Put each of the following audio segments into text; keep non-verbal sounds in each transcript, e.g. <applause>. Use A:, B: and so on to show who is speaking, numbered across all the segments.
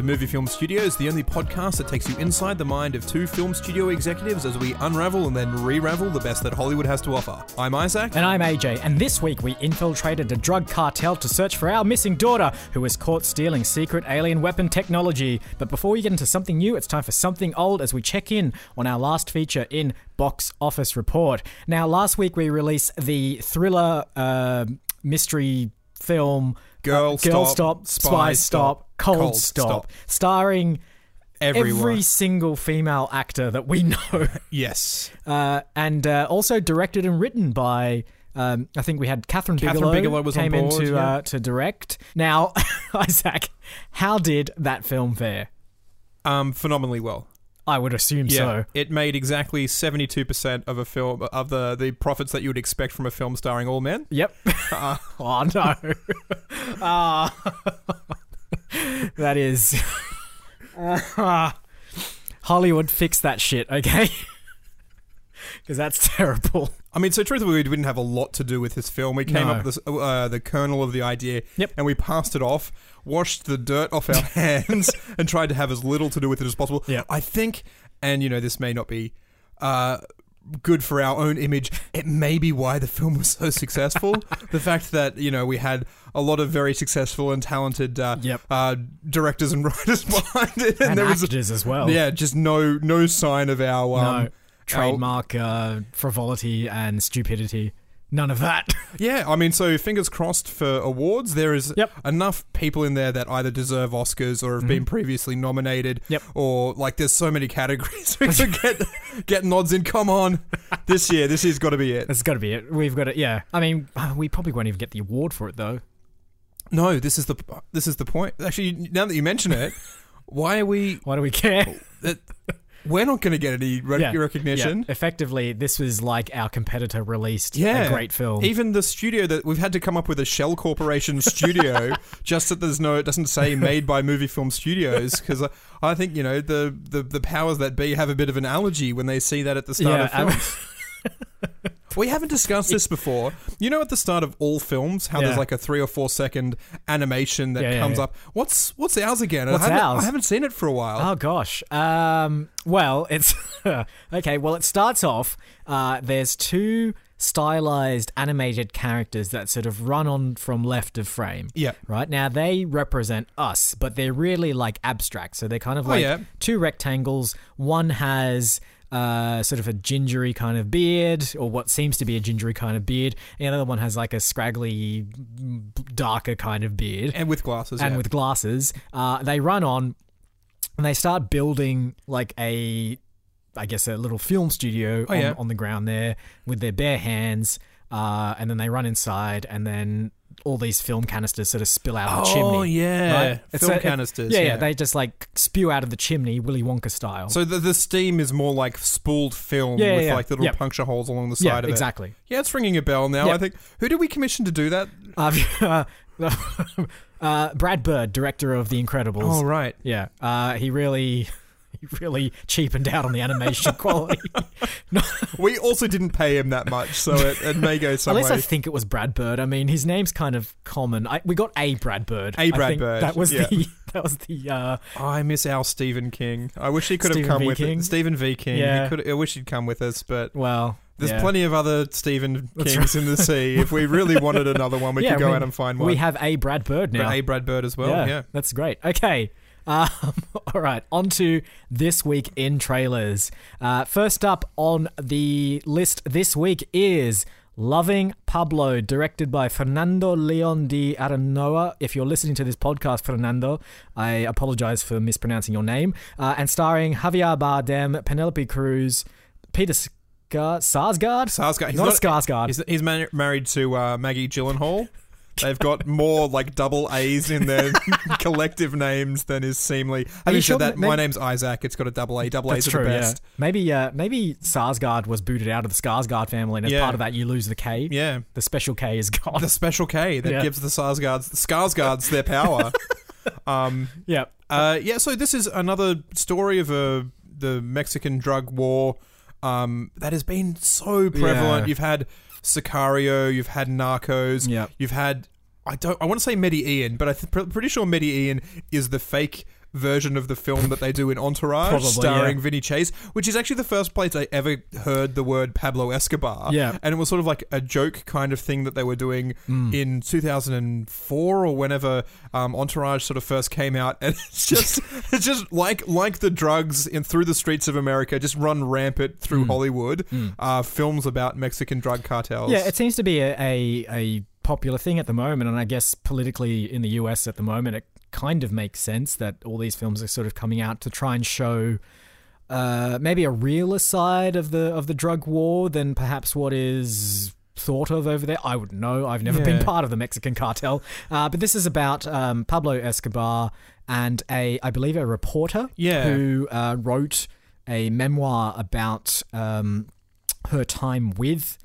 A: Movie Film Studios, the only podcast that takes you inside the mind of two film studio executives as we unravel and then re-ravel the best that Hollywood has to offer. I'm Isaac.
B: And I'm AJ, and this week we infiltrated a drug cartel to search for our missing daughter, who was caught stealing secret alien weapon technology. But before we get into something new, it's time for something old as we check in on our last feature in Box Office Report. Now, last week we released the thriller uh, mystery film
A: Girl
B: uh, Girl
A: Stop,
B: Stop,
A: Spy
B: Spy
A: Stop,
B: Stop, Cold,
A: Cold
B: Stop,
A: Stop.
B: starring
A: Everyone.
B: every single female actor that we <laughs> know.
A: yes.
B: uh, and uh, also directed and written by. Um, I think we had Catherine
A: Catherine
B: Bigelow,
A: Bigelow was on
B: came in
A: board,
B: to,
A: yeah.
B: uh, to direct. Now, <laughs> Isaac, how did that film fare?
A: Um, phenomenally well.
B: I would assume so.
A: It made exactly 72% of a film of the, the profits that you would expect from a film starring all men.
B: Yep.
A: <laughs> Uh.
B: <laughs> oh no. Ah. <laughs> that is. <laughs> Hollywood, fix that shit, okay? <laughs> Because that's terrible.
A: I mean, so truthfully, we didn't have a lot to do with this film. We came
B: No.
A: up with this, uh, the kernel of the idea,
B: Yep.
A: and we passed it off, washed the dirt off
B: <laughs>
A: our hands, and tried to have as little to do with it as possible.
B: Yep.
A: I think, and you know, this may not be uh, good for our own image. It may be why the film was so
B: <laughs>
A: successful. the fact that you know we had a lot of very successful and talented uh,
B: Yep.
A: uh, directors and <laughs> writers behind it, and,
B: And,
A: there was
B: actors as well.
A: yeah, just no no sign of our um,
B: no. Trademark uh, frivolity and stupidity. None of that. <laughs>
A: Yeah, I mean, so fingers crossed for awards. There is
B: Yep.
A: enough people in there that either deserve Oscars or have been previously nominated,
B: Mm-hmm. Yep.
A: or like there's so many categories <laughs> we could get get nods in. Come
B: <laughs>
A: on, this year, this year's got to be it.
B: That's got to be it. We've got it. Yeah. I mean, uh, we probably won't even get the award for it though.
A: No, this is the this is the point. Actually, now that you mention it, why are we?
B: Why do we care?
A: That, we're not going to get any re-
B: Yeah.
A: recognition.
B: Yeah. Effectively, this was like our competitor released
A: Yeah,
B: a great film.
A: Even the studio that we've had to come up with a shell corporation
B: <laughs>
A: studio, just that there's no, it doesn't say made by movie film studios because I, I think you know the, the the powers that be have a bit of an allergy when they see that at the start
B: Yeah,
A: of films. we haven't discussed this before. You know, at the start of all films, how
B: Yeah.
A: there's like a three or four second animation that
B: Yeah, yeah,
A: comes
B: yeah.
A: up. What's what's ours again? And
B: What's
A: I haven't,
B: ours?
A: I haven't seen it for a while.
B: <laughs> Oh gosh. Um, well, it's <laughs> okay. Well, it starts off. Uh, there's two stylized animated characters that sort of run on from left of frame.
A: Yeah.
B: Right now, they represent us, but they're really like abstract. So they're kind of like
A: Oh, yeah.
B: two rectangles. One has. Uh, sort of a gingery kind of beard, or what seems to be a gingery kind of beard. And the other one has like a scraggly, darker kind of beard
A: and with glasses,
B: and
A: yeah.
B: with glasses. Uh, they run on and they start building like a, I guess, a little film studio on,
A: Oh, yeah.
B: on the ground there with their bare hands. Uh, and then they run inside and then all these film canisters sort of spill out of the
A: oh
B: chimney.
A: yeah,
B: right? It's
A: film
B: a- it-
A: canisters.
B: yeah,
A: yeah.
B: yeah, they just like spew out of the chimney, Willy Wonka style.
A: So the, the steam is more like spooled film
B: Yeah,
A: with
B: yeah,
A: like little
B: yeah.
A: puncture holes along the side
B: yeah,
A: of it.
B: exactly.
A: Yeah, it's ringing a bell now.
B: Yeah.
A: I think who did we commission to do that?
B: Uh, <laughs> uh, Brad Bird, director of The Incredibles.
A: Oh right,
B: Yeah, uh, he really, <laughs> he really cheapened out on the animation quality. No,
A: we also didn't pay him that much, so it, it may
B: <laughs>
A: go some
B: unless I
A: way.
B: think it was Brad Bird. I mean, his name's kind of common. I, we got a Brad Bird.
A: A
B: I
A: Brad
B: think
A: Bird,
B: That was
A: yeah.
B: the <laughs> that was the uh,
A: I miss our Stephen King. I wish he could
B: Stephen
A: have come
B: V.
A: with
B: King?
A: it. Stephen V. King. He
B: Yeah.
A: could, I wish he'd come with us, but
B: well.
A: there's
B: yeah.
A: plenty of other Stephen
B: That's
A: Kings in the sea. If we really wanted another one, we
B: <laughs> Yeah,
A: could go
B: I mean,
A: out and find one.
B: We have a Brad Bird
A: but
B: now.
A: A. Brad Bird as well. yeah.
B: that's great. Okay. <laughs> Um, all right, on to this week in trailers. Uh, first up on the list this week is Loving Pablo, directed by Fernando Leon de Aranoa. If you're listening to this podcast, Fernando, I apologize for mispronouncing your name. Uh, and starring Javier Bardem, Penelope Cruz, Peter Scar- Sarsgaard?
A: Sarsgaard. He's
B: not,
A: not-
B: a Skarsgård.
A: He's, he's man- married to uh, Maggie Gyllenhaal. They've got more like double A's in
B: <laughs>
A: their collective names than is seemly. Having
B: you
A: said
B: sure
A: that,
B: ma-
A: my
B: maybe-
A: name's Isaac. It's got a double A. Double
B: That's
A: A's
B: true.
A: are the
B: yeah.
A: best.
B: Maybe uh, maybe Sarsgaard was booted out of the Skarsgård family, and as
A: Yeah.
B: part of that, you lose the K.
A: Yeah.
B: The special K is gone. <laughs>
A: The special K that
B: Yeah.
A: gives the Sarsgaards, the Skarsgaards their
B: <laughs>
A: power. um,
B: yeah.
A: uh, yeah, so this is another story of a, the Mexican drug war um, that has been so prevalent.
B: Yeah.
A: You've had Sicario, you've had Narcos,
B: Yep.
A: You've had I don't I want to say Medi Ian, but I'm th- pre- pretty sure Medi Ian is the fake version of the film that they do in Entourage,
B: Probably,
A: starring
B: yeah.
A: Vinny Chase, which is actually the first place I ever heard the word Pablo Escobar.
B: Yeah. Mm.
A: and it was sort of like a joke kind of thing that they were doing in 2004 or whenever um, Entourage sort of first came out, and <laughs> it's
B: <laughs>
A: just it's just like like the drugs in through the streets of America, just run rampant through
B: Mm.
A: Hollywood. Uh, films about Mexican drug cartels.
B: Yeah, it seems to be a, a, a popular thing at the moment, and I guess politically in the US at the moment, it kind of makes sense that all these films are sort of coming out to try and show uh, maybe a realer side of the of the drug war than perhaps what is thought of over there. I wouldn't know. I've never been
A: Yeah.
B: part of the Mexican cartel, uh, but this is about um, Pablo Escobar and a I believe a reporter
A: Yeah.
B: who uh, wrote a memoir about um, her time with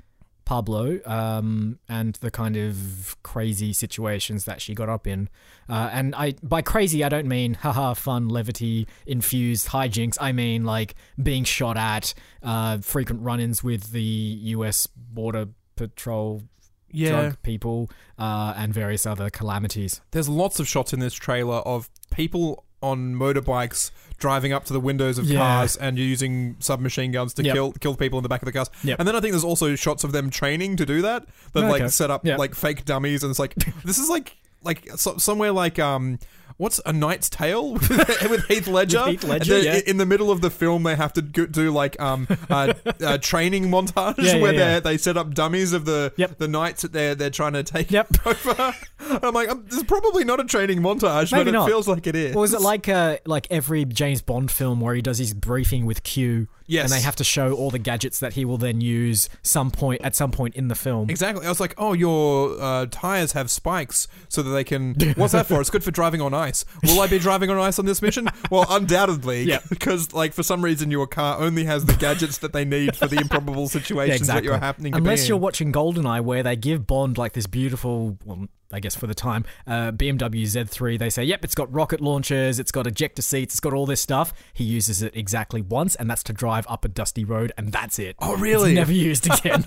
B: Pablo um, and the kind of crazy situations that she got up in. Uh, and I by crazy I don't mean haha fun levity infused hijinks. I mean like being shot at, uh, frequent run-ins with the U.S. border patrol.
A: Yeah.
B: Drug people uh, and various other calamities.
A: There's lots of shots in this trailer of people on motorbikes driving up to the windows of
B: Yeah.
A: cars and using submachine guns to
B: Yep.
A: kill kill people in the back of the cars.
B: Yep.
A: And then I think there's also shots of them training to do that. That
B: Okay.
A: like set up
B: Yeah.
A: like fake dummies and it's like <laughs> this is like like so, somewhere like um What's a Knight's Tale <laughs> with Heath Ledger?
B: With Heath Ledger,
A: And they-
B: yeah.
A: In the middle of the film, they have to go- do like um, <laughs> uh, a training montage
B: Yeah, yeah,
A: where
B: yeah.
A: they they set up dummies of the
B: Yep.
A: the knights that they're they're trying to take
B: Yep.
A: <laughs> over. I'm like, um, this is probably not a training montage,
B: Maybe
A: but it
B: not.
A: feels like it is.
B: Or is it like uh, like every James Bond film where he does his briefing with Q?
A: Yes.
B: and they have to show all the gadgets that he will then use some point at some point in the film.
A: Exactly. I was like, oh, your uh, tires have spikes so that they
B: <laughs>
A: can. What's that for? It's good for driving on ice. Will I be driving on ice on this mission? Well, undoubtedly. <laughs>
B: Yeah.
A: Because, like, for some reason, your car only has the gadgets that they need for the improbable situations
B: <laughs> Yeah,
A: that you're happening
B: Unless
A: to be
B: you're
A: in.
B: watching Goldeneye, where they give Bond like this beautiful, well, I guess for the time, uh, BMW Z3. They say, "Yep, it's got rocket launchers, it's got ejector seats, it's got all this stuff." He uses it exactly once, and that's to drive up a dusty road, and that's it.
A: Oh, really?
B: It's <laughs> never used again.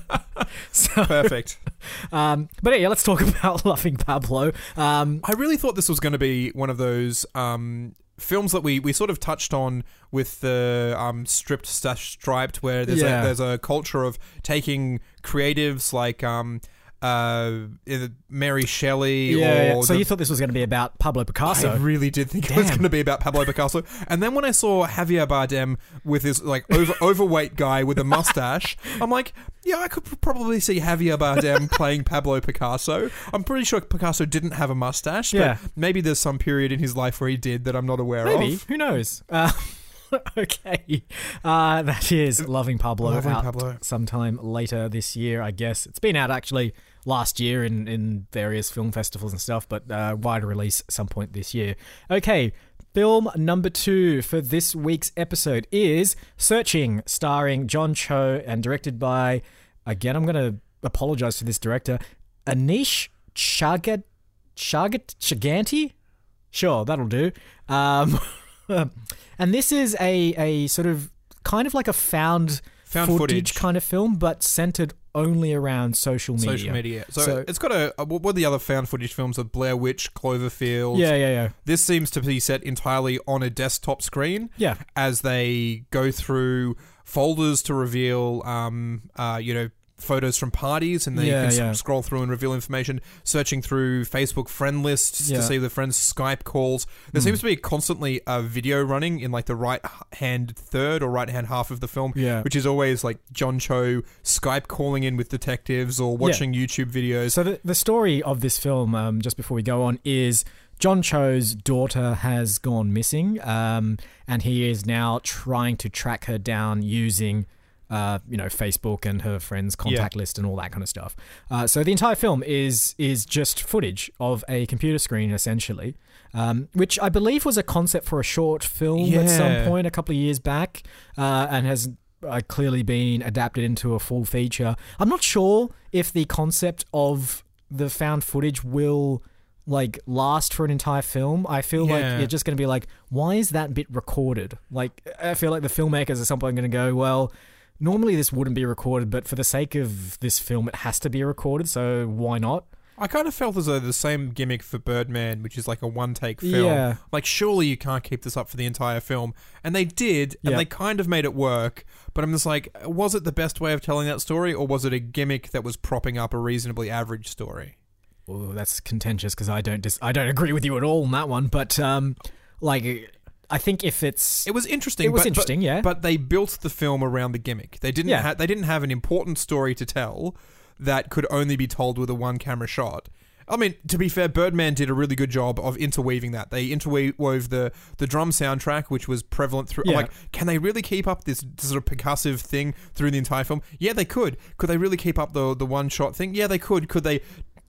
B: so,
A: Perfect.
B: um, but yeah, let's talk <laughs> about Loving Pablo. Um,
A: I really thought this was going to be one of those um, films that we, we sort of touched on with the um, stripped slash striped, where there's
B: Yeah.
A: a, there's a culture of taking creatives like um, uh, either Mary Shelley
B: yeah.
A: or
B: So
A: the-
B: you thought this was going to be about Pablo Picasso?
A: I really did think it was
B: Damn.
A: going to be about Pablo Picasso, and then when I saw Javier Bardem with his like over, <laughs> overweight guy with a mustache, I'm like, yeah, I could probably see Javier
B: <laughs>
A: Bardem playing Pablo Picasso. I'm pretty sure Picasso didn't have a mustache, but
B: Yeah.
A: maybe there's some period in his life where he did that I'm not aware
B: Maybe.
A: of.
B: Who knows? Uh, <laughs> okay. Uh, that is Loving Pablo
A: Loving
B: out
A: Pablo.
B: sometime later this year, I guess. It's been out actually last year in, in various film festivals and stuff, but uh, wider release some point this year. Okay. Film number two for this week's episode is Searching, starring John Cho and directed by, again, I'm going to apologize to this director, Anish Chagat, Chagat, Chaganti? Sure, that'll do. Um, <laughs> and this is a, a sort of kind of like a found,
A: Found footage.
B: kind of film, but centered only around social media.
A: Social media. So,
B: So-
A: it's got a. What were the other found footage films of Blair Witch, Cloverfield?
B: Yeah, yeah, yeah.
A: This seems to be set entirely on a desktop screen.
B: Yeah.
A: as they go through folders to reveal, um, uh, you know, photos from parties, and they
B: Yeah,
A: you can
B: yeah.
A: s- scroll through and reveal information. Searching through Facebook friend lists
B: Yeah. Hmm.
A: to see the friends' Skype calls. There seems to be constantly a video running in like the right h- hand third or right hand half of the film,
B: Yeah.
A: which is always like John Cho Skype calling in with detectives or watching YouTube videos.
B: So the, the story of this film, um, just before we go on, is John Cho's daughter has gone missing, um, and he is now trying to track her down using. Uh, you know, Facebook and her friends' contact list and all that kind of stuff. Uh, so the entire film is is just footage of a computer screen, essentially, um, which I believe was a concept for a short film at some
A: Yeah.
B: point a couple of years back, uh, and has uh, clearly been adapted into a full feature. I'm not sure if the concept of the found footage will like last for an entire film. I feel like
A: Yeah.
B: you're just going to be like, why is that bit recorded? Like, I feel like the filmmakers at some point are going to go, well. Normally, this wouldn't be recorded, but for the sake of this film, it has to be recorded, so why not?
A: I kind of felt as though the same gimmick for Birdman, which is like a one take film.
B: Yeah.
A: Like, surely you can't keep this up for the entire film. And they did, and
B: Yeah.
A: they kind of made it work. But I'm just like, was it the best way of telling that story, or was it a gimmick that was propping up a reasonably average story?
B: Ooh, that's contentious because I don't dis- I don't agree with you at all on that one. But um, like, I think if it's
A: It was interesting.
B: It was
A: but- but-
B: interesting, yeah.
A: <laughs> But they built the film around the gimmick. They didn't.
B: Yeah.
A: Ha- they didn't have an important story to tell that could only be told with a one camera shot. I mean, to be fair, Birdman did a really good job of interweaving that. They interwove the the drum soundtrack, which was prevalent through. I'm
B: Yeah.
A: Like, can they really keep up this sort of percussive thing through the entire film? Yeah, they could. Could they really keep up the the one shot thing? Yeah, they could. Could they?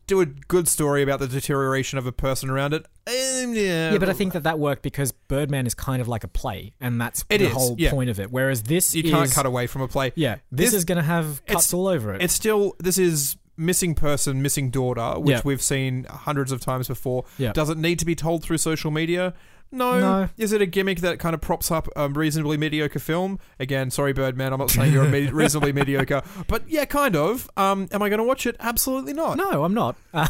A: Do a good story about the deterioration of a person around it. Um, yeah,
B: yeah, but I think that that worked because Birdman is kind of like a play, and that's
A: It
B: the
A: is,
B: whole
A: yeah.
B: point of it. Whereas this
A: you can't
B: is-
A: cut away from a play.
B: Yeah, this,
A: This-
B: is going to have cuts
A: it's-
B: all over it.
A: It's still this is missing person, missing daughter, which
B: Yeah.
A: we've seen hundreds of times before.
B: Yeah.
A: Does it need to be told through social media? No.
B: No.
A: Is it a gimmick that kind of props up a reasonably mediocre film? Again, sorry, Birdman. I'm not saying you're a
B: <laughs>
A: me- reasonably mediocre, but yeah, kind of. Um, am I going to watch it? Absolutely not.
B: No, I'm not. <laughs> Um,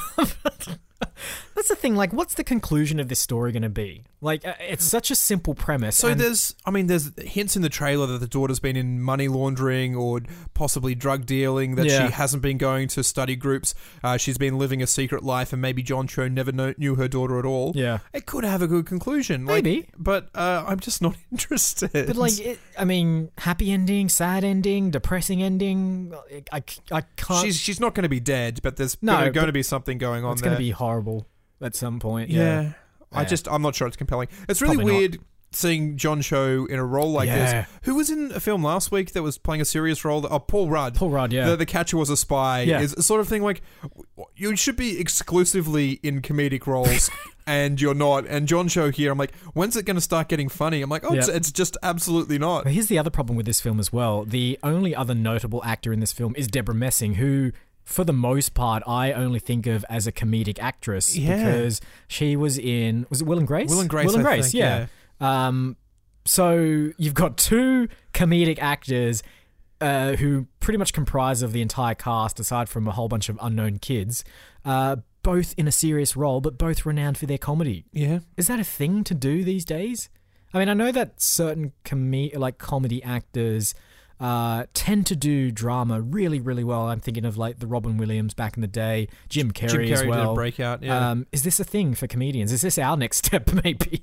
B: that's the thing. Like, what's the conclusion of this story going to be? Like, uh, it's such a simple premise.
A: So
B: and-
A: there's, I mean, there's hints in the trailer that the daughter's been in money laundering or possibly drug dealing. That
B: Yeah.
A: she hasn't been going to study groups. Uh, she's been living a secret life, and maybe John Cho never kno- knew her daughter at all.
B: yeah,
A: It could have a good conclusion, like-
B: Maybe.
A: but uh, I'm just not <laughs> interested.
B: but like, it, I mean, happy ending, sad ending, depressing ending. I, I can't.
A: she's she's not going to be dead, but there's
B: No,
A: no,
B: but
A: going to be something going on
B: it's
A: there.
B: going to be horrible at some point.
A: yeah.
B: Yeah,
A: I
B: Yeah.
A: just I'm not sure it's compelling. It's really
B: Probably not.
A: weird seeing John Cho in a role like
B: Yeah.
A: this. Who was in a film last week that was playing a serious role? That, oh, Paul Rudd.
B: Paul Rudd. Yeah,
A: The, the catcher was a spy.
B: Yeah.
A: Is a sort of thing like w- you should be exclusively in comedic
B: <laughs>
A: roles, and you're not. And John Cho here, I'm like, when's it going to start getting funny? I'm like, oh, it's,
B: Yeah.
A: it's just absolutely not.
B: But here's the other problem with this film as well. The only other notable actor in this film is Deborah Messing, who, for the most part, I only think of as a comedic actress
A: Yeah.
B: because she was in was it Will and Grace?
A: Will and Grace,
B: Will
A: I
B: and Grace,
A: think,
B: yeah. Um, so you've got two comedic actors. Uh, who pretty much comprise of the entire cast, aside from a whole bunch of unknown kids, uh, both in a serious role, but both renowned for their comedy.
A: Yeah.
B: Is that a thing to do these days? I mean, I know that certain com- like comedy actors uh, tend to do drama really, really well. I'm thinking of like the Robin Williams back in the day, Jim Carrey,
A: Jim Carrey
B: as well.
A: did a breakout. Yeah.
B: um, is this a thing for comedians? Is this our next <laughs> step? Maybe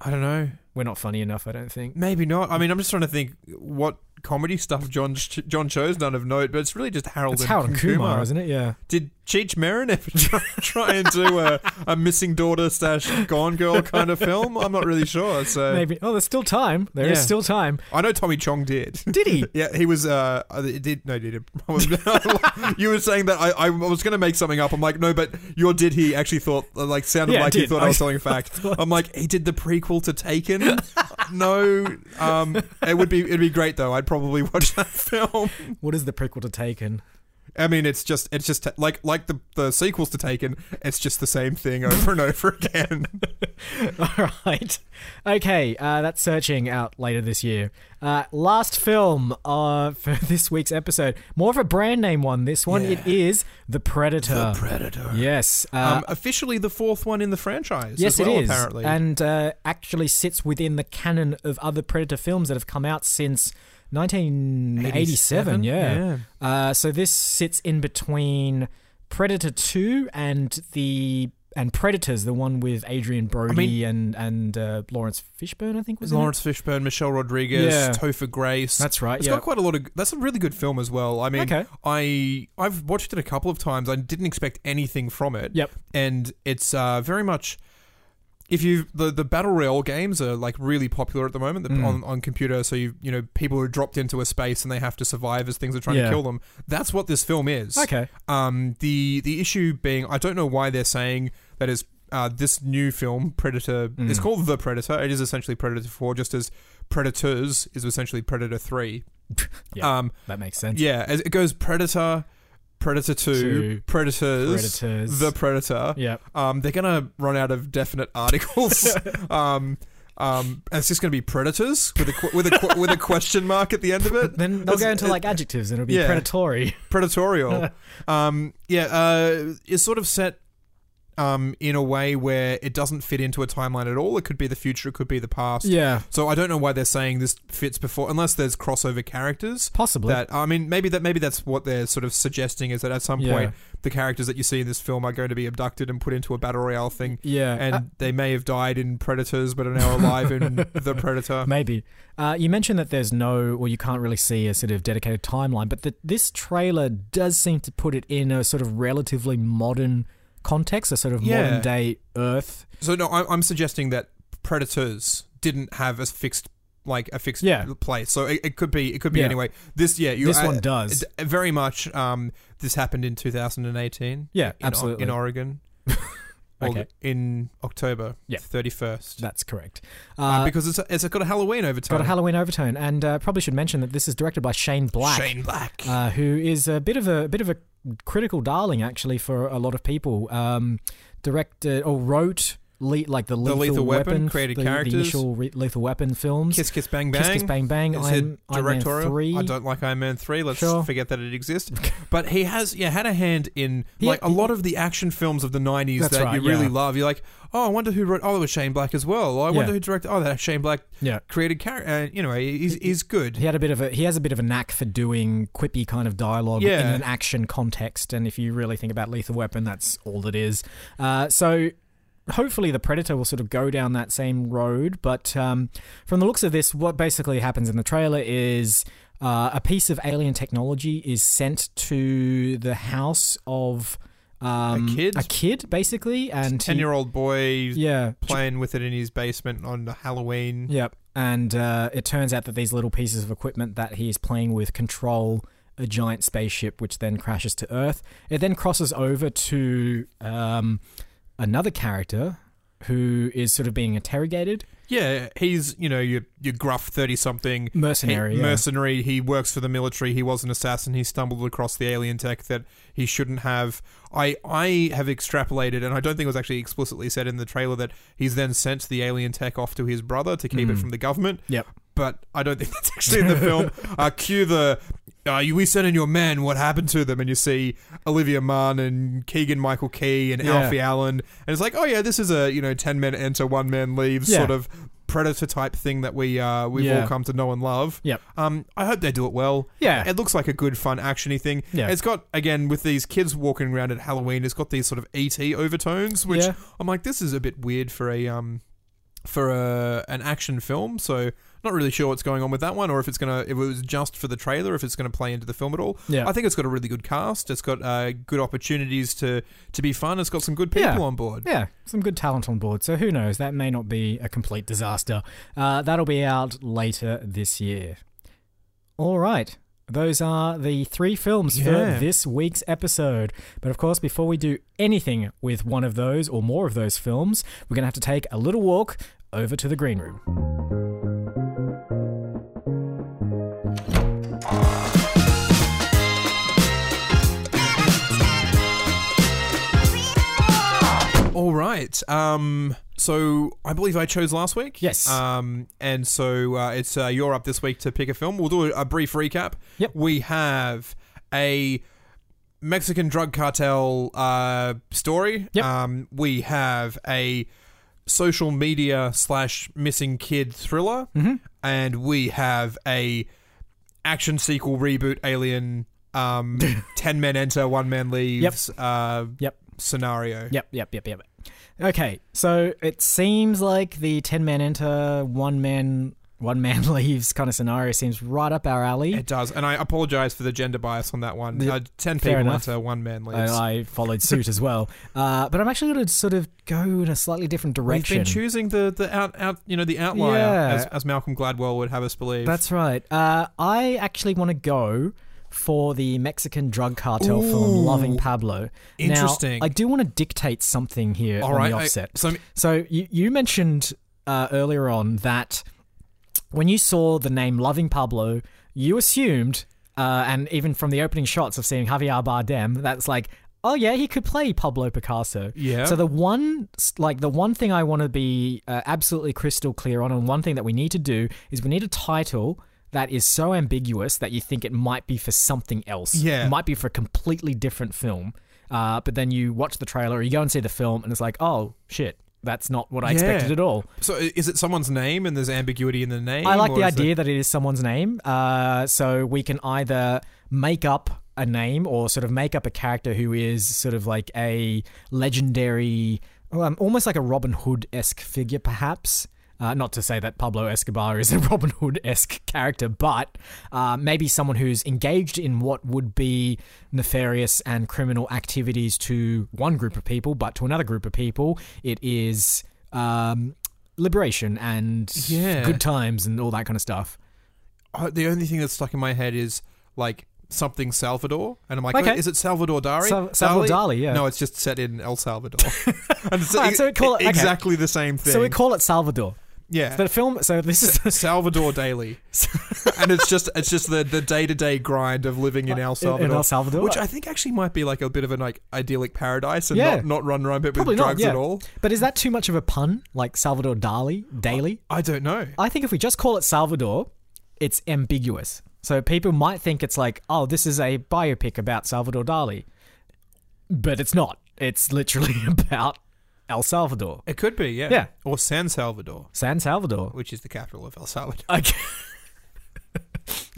A: I don't know.
B: we're not funny enough. I don't think.
A: Maybe not. I mean, I'm just trying to think what comedy stuff John John Cho's done of note, but it's really just Harold
B: It's
A: and
B: Harold and Kumar,
A: Kumar.
B: isn't it? Yeah.
A: Did Cheech Marin ever <laughs> try, try and do a, a missing daughter slash gone girl kind of film? I'm not really sure. So
B: Maybe. Oh, there's still time. There is
A: Uh, Yeah.
B: still time.
A: I know Tommy Chong did.
B: Did he?
A: Yeah, he was. Uh, uh, it did no, <laughs> did it? you were saying that I, I was going to make something up. I'm like, no, but your did he actually thought like <laughs> sounded
B: Yeah, it
A: like he
B: did.
A: thought I was
B: <laughs> I-
A: telling a fact. I'm like, he did the prequel to Taken. no, um, it would be it'd be great though. I'd probably watch that film.
B: What is the prequel to Taken?
A: I mean, it's just it's just like like the the sequels to Taken. It's just the same thing over and over again.
B: <laughs> All right. Okay, uh, that's searching out later this year. Uh, last film uh, <laughs> for this week's episode. More of a brand name one, this one. It is The Predator.
A: Predator.
B: yes. Uh,
A: Um, officially the fourth one in the franchise.
B: yes,
A: as well,
B: it is.
A: Apparently,
B: And uh, actually sits within the canon of other Predator films that have come out since 1987. Yeah. Uh, so this sits in between Predator 2 and the. And Predators, the one with Adrian Brody
A: mean-
B: and and uh, Lawrence Fishburne, I think was in it?
A: Lawrence Fishburne, Michelle Rodriguez,
B: Yeah.
A: Topher Grace.
B: That's right.
A: It's
B: yeah.
A: got quite a lot of. That's a really good film as well. I mean,
B: Okay.
A: I I've watched it a couple of times. I didn't expect anything from it.
B: Yep.
A: And it's uh, very much. If you the the battle royale games are like really popular at the moment the,
B: Mm.
A: on on computer, so you you know people are dropped into a space and they have to survive as things are trying
B: Yeah.
A: to kill them. That's what this film is.
B: okay.
A: Um, the the issue being, I don't know why they're saying that is uh, this new film Predator.
B: Mm.
A: It's called The Predator. It is essentially Predator Four, just as Predators is essentially Predator Three.
B: <laughs> Yeah.
A: Um,
B: That makes sense.
A: yeah, as it goes Predator, Predator Two,
B: Two,
A: Predators,
B: Predators.
A: The Predator.
B: Yep. <laughs>
A: Um, they're gonna run out of definite articles. um, Um, and it's just going to be predators with a qu- with a qu- with a question mark at the end of it.
B: Then they'll
A: That's-
B: go into
A: it-
B: like adjectives and it'll be
A: yeah.
B: predatory.
A: predatorial. um, yeah, uh, it's sort of set um, in a way where it doesn't fit into a timeline at all. It could be the future, it could be the past.
B: Yeah.
A: So I don't know why they're saying this fits before, unless there's crossover characters.
B: Possibly.
A: That I mean, maybe that maybe that's what they're sort of suggesting is that at some
B: Yeah.
A: point the characters that you see in this film are going to be abducted and put into a battle royale thing,
B: yeah. Uh,
A: and they may have died in Predators but are now alive
B: <laughs>
A: in the Predator.
B: Maybe. Uh, you mentioned that there's no, or you can't really see a sort of dedicated timeline, but the, this trailer does seem to put it in a sort of relatively modern context, a sort of
A: Yeah.
B: modern day Earth.
A: So no, I'm, I'm suggesting that Predators didn't have a fixed like a fixed
B: Yeah.
A: place. So it, it could be it could be
B: Yeah.
A: anyway. This yeah, you,
B: This
A: I- uh,
B: one does.
A: d- very much. Um, this happened in 2018.
B: Yeah,
A: in O-
B: absolutely.
A: in
B: <laughs>
A: Oregon. Well,
B: Okay.
A: in October,
B: Yeah.
A: 31st.
B: That's correct.
A: Uh,
B: Uh,
A: because it's it's got a Halloween overtone.
B: got a Halloween overtone, and uh, probably should mention that this is directed by Shane Black,
A: Shane Black.
B: Uh, who is a bit of a bit of a critical darling actually for a lot of people. Um, directed or wrote. Le- like the lethal,
A: Lethal Weapon,
B: weapon,
A: created
B: the,
A: characters.
B: the initial re- lethal weapon films,
A: Kiss Kiss Bang Bang.
B: Kiss Kiss Bang Bang,
A: It's
B: Iron,
A: a
B: Iron Man
A: directorial.
B: 3.
A: I don't like Iron Man three. Let's
B: Sure.
A: forget that it exists. But he has, yeah, had a hand in
B: He-
A: like a lot of the action films of the nineties
B: That's
A: that
B: right,
A: you really
B: yeah.
A: love. You're like, oh, I wonder who wrote. Oh, it was Shane Black as well. I wonder
B: Yeah.
A: who directed. Oh, that Shane Black
B: yeah.
A: created character. Uh, you know, he's he's good.
B: He had a bit of a he has a bit of a knack for doing quippy kind of dialogue
A: Yeah.
B: in an action context, and if you really think about Lethal Weapon, that's all it is. Uh, so hopefully the Predator will sort of go down that same road. But um, from the looks of this, what basically happens in the trailer is. Uh, a piece of alien technology is sent to the house of um,
A: kid?
B: a kid, basically, and he-
A: Ten year old boy
B: yeah,
A: playing with it in his basement on Halloween.
B: Yep. And uh, it turns out that these little pieces of equipment that he is playing with control a giant spaceship, which then crashes to Earth. It then crosses over to um, another character who is sort of being interrogated.
A: Yeah, he's you know your your gruff thirty something
B: Mercenary.
A: He,
B: yeah.
A: mercenary. He works for the military. He was an assassin. He stumbled across the alien tech that he shouldn't have. I I have extrapolated, and I don't think it was actually explicitly said in the trailer that he's then sent the alien tech off to his brother to keep it
B: Mm.
A: from the government.
B: Yep.
A: But I don't think <laughs> that's actually in the
B: <laughs>
A: film. Uh, cue the. Uh, you- we sent in your men. What happened to them? And you see Olivia Munn and Keegan Michael Key and
B: Yeah.
A: Alfie Allen, and it's like, oh yeah, this is a you know ten men enter, one man leaves
B: Yeah.
A: sort of predator type thing that we uh, we've
B: Yeah.
A: all come to know and love.
B: Yep.
A: Um, I hope they do it well.
B: Yeah.
A: It looks like a good, fun, actiony thing.
B: Yeah.
A: It's got again with these kids walking around at Halloween. It's got these sort of ET overtones, which
B: Yeah.
A: I'm like, this is a bit weird for a um for a an action film. So not really sure what's going on with that one, or if it's gonna if it was just for the trailer, if it's gonna play into the film at all.
B: Yeah.
A: I think it's got a really good cast. It's got uh, good opportunities to to be fun. It's got some good people
B: Yeah.
A: on board.
B: Yeah, some good talent on board. So who knows? That may not be a complete disaster. Uh, that'll be out later this year. All right. Those are the three films
A: Yeah.
B: for this week's episode. But of course, before we do anything with one of those or more of those films, we're going to have to take a little walk over to the green room.
A: All right. Um, so I believe I chose last week.
B: Yes.
A: Um, and so uh, it's uh, you're up this week to pick a film. We'll do a, a brief recap.
B: Yep.
A: We have a Mexican drug cartel uh, story.
B: Yep.
A: Um, we have a social media slash missing kid thriller,
B: Mm-hmm.
A: and we have a action sequel reboot Alien.
B: <laughs>
A: Um, ten men enter, one man leaves. Uh,
B: Yep.
A: Scenario.
B: Yep, yep, yep, yep. Okay, so it seems like the 10 man enter, one man. One man <laughs> leaves kind of scenario seems right up our alley.
A: It does, and I apologize for the gender bias on that one.
B: Yeah,
A: Uh, Ten
B: fair
A: people
B: enough.
A: enter, one man leaves.
B: and I followed suit as well. Uh, but I'm actually going to sort of go in a slightly different
A: We've
B: direction.
A: been choosing the the out, out you know the outlier
B: Yeah.
A: as, as Malcolm Gladwell would have us believe.
B: That's right. Uh, I actually want to go for the Mexican drug cartel
A: Ooh.
B: film Loving Pablo.
A: Interesting.
B: Now, I do want to dictate something here
A: all
B: on
A: right.
B: the
A: I-
B: offset.
A: so
B: So you, you mentioned uh, earlier on that when you saw the name Loving Pablo, you assumed, uh, and even from the opening shots of seeing Javier Bardem, that's like oh yeah, he could play Pablo Picasso.
A: Yeah.
B: So the one, like the one thing I want to be uh, absolutely crystal clear on, and one thing that we need to do is we need a title that is so ambiguous that you think it might be for something else.
A: Yeah.
B: It might be for a completely different film. Uh, but then you watch the trailer, or you go and see the film, and it's like, oh shit, that's not what I expected
A: Yeah.
B: at all.
A: So i- is it someone's name and there's ambiguity in the name?
B: I like
A: or
B: the
A: is it-
B: idea that it is someone's name. Uh, so we can either make up a name or sort of make up a character who is sort of like a legendary, um, almost like a Robin Hood esque figure, perhaps. Uh, not to say that Pablo Escobar is a <laughs> Robin Hood esque character, but uh, maybe someone who's engaged in what would be nefarious and criminal activities to one group of people, but to another group of people, it is um, liberation and
A: Yeah.
B: good times and all that kind of stuff.
A: Uh, the only thing that's stuck in my head is like something Salvador, and I'm like,
B: Okay.
A: wait, is it Salvador Dari?
B: Sal- Salvador Dali, yeah.
A: No, it's just set in El
B: <laughs>
A: Salvador. <laughs> and it's
B: Alright, so we call it- okay.
A: exactly the same thing.
B: So we call it Salvador.
A: yeah,
B: The film. So this is
A: Salvador Daily, and it's just it's just the the day to day grind of living <laughs> in El Salvador,
B: Uh, in El Salvador.
A: which I think actually might be like a bit of an like idyllic paradise and
B: Yeah.
A: not, not run around bit with
B: Probably not,
A: drugs
B: yeah.
A: at all.
B: but is that too much of a pun? Like Salvador Dali, Daily.
A: I don't know.
B: I think if we just call it Salvador, it's ambiguous. So people might think it's like, oh, this is a biopic about Salvador Dali, but it's not. It's literally <laughs> about El Salvador,
A: It could be, yeah,
B: Yeah.
A: or San Salvador,
B: San Salvador.
A: which is the capital of El Salvador. <laughs>
B: Okay. <laughs>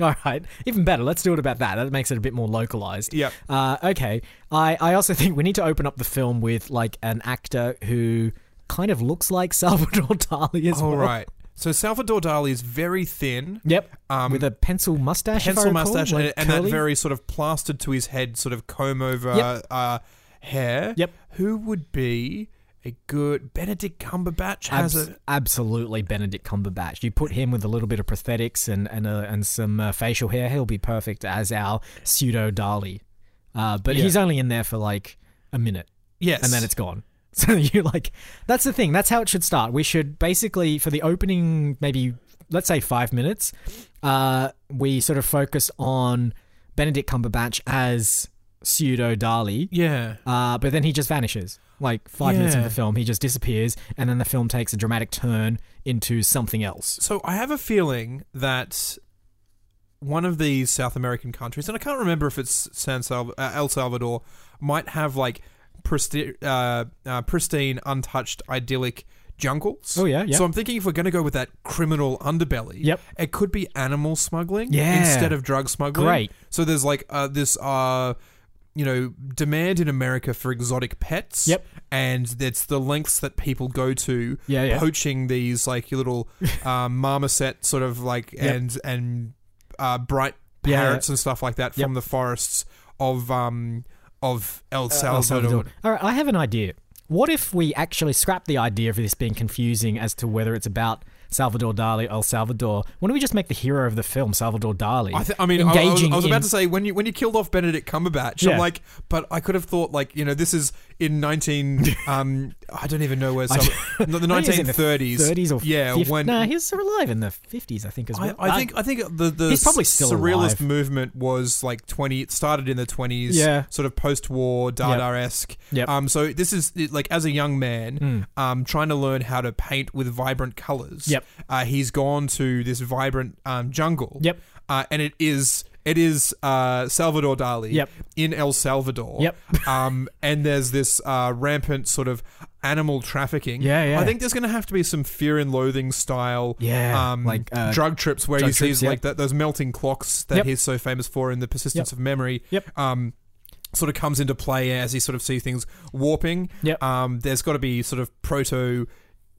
B: All right. Even better. Let's do it about that. That makes it a bit more localized.
A: Yep.
B: Uh, okay. I, I also <laughs> think we need to open up the film with like an actor who kind of looks like <laughs> Salvador Dali as
A: All
B: well.
A: right. So Salvador Dali is very thin.
B: Yep.
A: Um,
B: with a pencil mustache. if I
A: pencil
B: recall,
A: mustache
B: like
A: and, and that
B: curly.
A: very sort of plastered to his head sort of comb over
B: Yep.
A: uh, hair.
B: Yep.
A: Who would be a good Benedict Cumberbatch has
B: Abs-
A: a
B: absolutely Benedict Cumberbatch. You put him with a little bit of prosthetics and and uh, and some uh, facial hair, he'll be perfect as our pseudo Dali. Uh, but
A: Yeah.
B: he's only in there for like a minute.
A: yes,
B: and then it's gone. <laughs> So you like that's the thing. That's how it should start. We should basically for the opening maybe let's say five minutes, uh, we sort of focus on Benedict Cumberbatch as pseudo Dali,
A: yeah.
B: uh, but then he just vanishes. Like five minutes
A: Yeah.
B: into the film, he just disappears, and then the film takes a dramatic turn into something else.
A: So I have a feeling that one of these South American countries, and I can't remember if it's San Salv- uh, El Salvador, might have like pristi- uh, uh, pristine, untouched, idyllic jungles.
B: Oh, yeah, yeah.
A: So I'm thinking if we're going to go with that criminal underbelly,
B: Yep.
A: it could be animal smuggling
B: Yeah.
A: instead of drug smuggling.
B: Great.
A: So there's like uh, this. Uh, you know, demand in America for exotic pets.
B: Yep.
A: And that's the lengths that people go to
B: Yeah, yeah.
A: poaching these like your
B: <laughs>
A: little um, marmoset sort of like
B: Yep.
A: and and uh, bright
B: Yeah.
A: parrots and stuff like that
B: Yep. Uh,
A: from the forests of um of El Salvador.
B: El Salvador. oh, All right, I have an idea. What if we actually scrap the idea of this being confusing as to whether it's about Salvador Dali or El Salvador? Why don't we just make the hero of the film Salvador Dali?
A: I, th- I mean, I- I, was, I was about
B: in-
A: to say when you when you killed off Benedict Cumberbatch,
B: Yeah.
A: I'm like, but I could have thought like you know this is in nineteen
B: <laughs>
A: um I don't even know where some, no, the
B: I think
A: nineteen
B: it was in
A: thirties
B: 30s or
A: yeah
B: 50s.
A: when
B: no, he was still alive in the 50s, I think, as
A: I,
B: well.
A: I think I think the the
B: He's probably still
A: surrealist
B: alive.
A: movement was like twenty. It started in the twenties,
B: Yeah.
A: sort of post-war Dada esque.
B: Yep. Mm.
A: Um, so this is like as a young man,
B: Ah. Hmm.
A: um, trying to learn how to paint with vibrant colors.
B: Yep.
A: Uh, he's gone to this vibrant um, jungle.
B: Yep.
A: Uh, and it is. It is uh, Salvador Dali
B: Yep.
A: in El Salvador.
B: Yep. <laughs>
A: um, and there's this uh, rampant sort of animal trafficking.
B: Yeah, yeah.
A: I think there's going to have to be some fear and loathing style
B: Yeah,
A: um,
B: like, uh,
A: drug trips where
B: drug
A: he
B: trips,
A: sees
B: yeah.
A: like that those melting clocks that
B: Yep.
A: he's so famous for in the persistence of memory.
B: Yep.
A: Um, sort of comes into play as he sort of sees things warping.
B: Yep.
A: Um, there's got to be sort of proto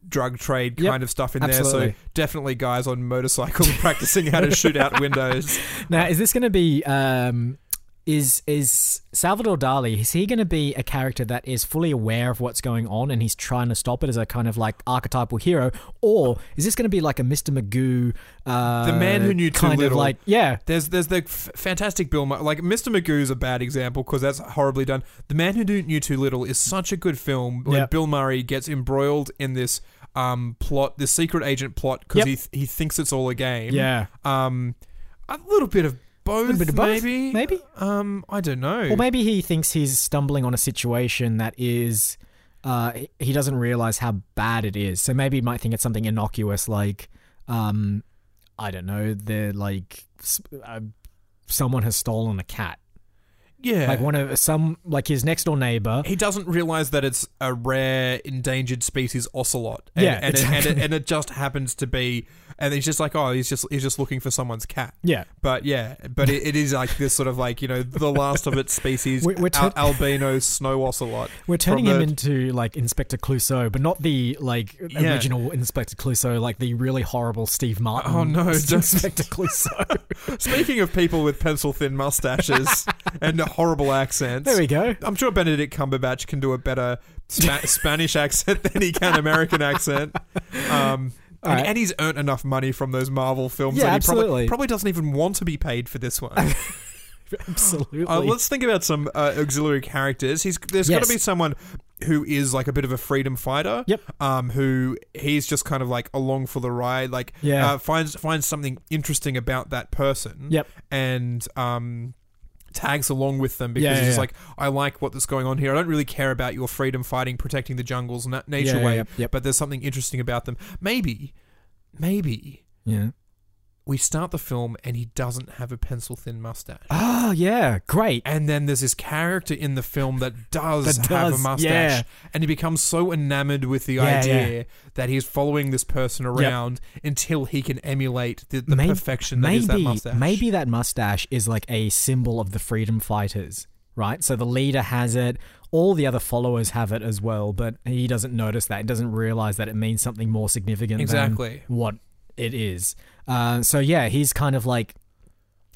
A: drug trade
B: Yep.
A: kind of stuff in there.
B: Absolutely.
A: So definitely guys on motorcycles <laughs> practicing how to shoot
B: <laughs>
A: out windows.
B: Now, is this going to be um, is is Salvador Dali? Is he going to be a character that is fully aware of what's going on and he's trying to stop it as a kind of like archetypal hero, or is this going to be like a Mister Magoo, uh,
A: The man who knew too
B: kind of
A: little.
B: like yeah,
A: There's there's the f- fantastic Bill Murray. Like Mr. Magoo's a bad example because that's horribly done. The Man Who Knew Knew Too Little is such a good film when
B: Yep.
A: Bill Murray gets embroiled in this um plot, this secret agent plot because
B: Yep.
A: he th- he thinks it's all a game.
B: yeah.
A: Um, a little bit of both,
B: bit of both,
A: maybe.
B: maybe.
A: Um, I don't know.
B: Or maybe he thinks he's stumbling on a situation that is, uh, he- he doesn't realize how bad it is. So maybe he might think it's something innocuous like, um, I don't know, they're like, s- uh, someone has stolen a cat.
A: yeah.
B: Like one of some, like his next door neighbor.
A: he doesn't realize that it's a rare endangered species ocelot. And,
B: Yeah,
A: and, it, and,
B: exactly.
A: it, and it just happens to be. And he's just like, oh, he's just he's just looking for someone's cat.
B: Yeah.
A: But yeah, but it, it is like this sort of like you know the last of its species,
B: We're- we're
A: al-
B: tur-
A: albino snow ocelot.
B: We're turning
A: from
B: him
A: the-
B: into like Inspector Clouseau, but not the like
A: Yeah.
B: original Inspector Clouseau, like the really horrible Steve Martin.
A: Oh,
B: <laughs>
A: no, don't-
B: Inspector
A: <laughs>
B: Clouseau.
A: Speaking of people with pencil thin mustaches
B: <laughs>
A: and horrible accents,
B: there we go. <laughs>
A: I'm sure Benedict Cumberbatch can do a better Spa- Spanish accent than he can American accent. Um,
B: All
A: and,
B: right.
A: and he's earned enough money from those Marvel films
B: Yeah,
A: that he probably,
B: absolutely.
A: probably doesn't even want to be paid for this one.
B: Absolutely.
A: Uh, let's think about some uh, auxiliary characters. He's there's got
B: Yes.
A: to be someone who is like a bit of a freedom fighter.
B: Yep.
A: Um, who he's just kind of like along for the ride. Like
B: Yeah.
A: uh, finds finds something interesting about that person.
B: Yep.
A: And um. Tags along with them because
B: Yeah,
A: he's
B: yeah,
A: just
B: yeah.
A: like, I like what that's going on here. I don't really care about your freedom fighting, protecting the jungles, na- nature
B: Yeah, yeah,
A: way,
B: yep, yep.
A: but there's something interesting about them. Maybe, maybe
B: yeah.
A: we start the film and he doesn't have a pencil thin mustache.
B: Oh, yeah. Great.
A: And then there's this character in the film that does,
B: That
A: have a
B: does,
A: mustache.
B: yeah.
A: And he becomes so enamored with the
B: Yeah,
A: idea that he's following this person around until he can emulate the, the
B: May-
A: perfection that
B: maybe,
A: is that mustache.
B: Maybe that mustache is like a symbol of the freedom fighters, right? So the leader has it, all the other followers have it as well, but he doesn't notice that. He doesn't realize that it means something more significant
A: Exactly.
B: than what it is. Uh, so yeah, he's kind of like,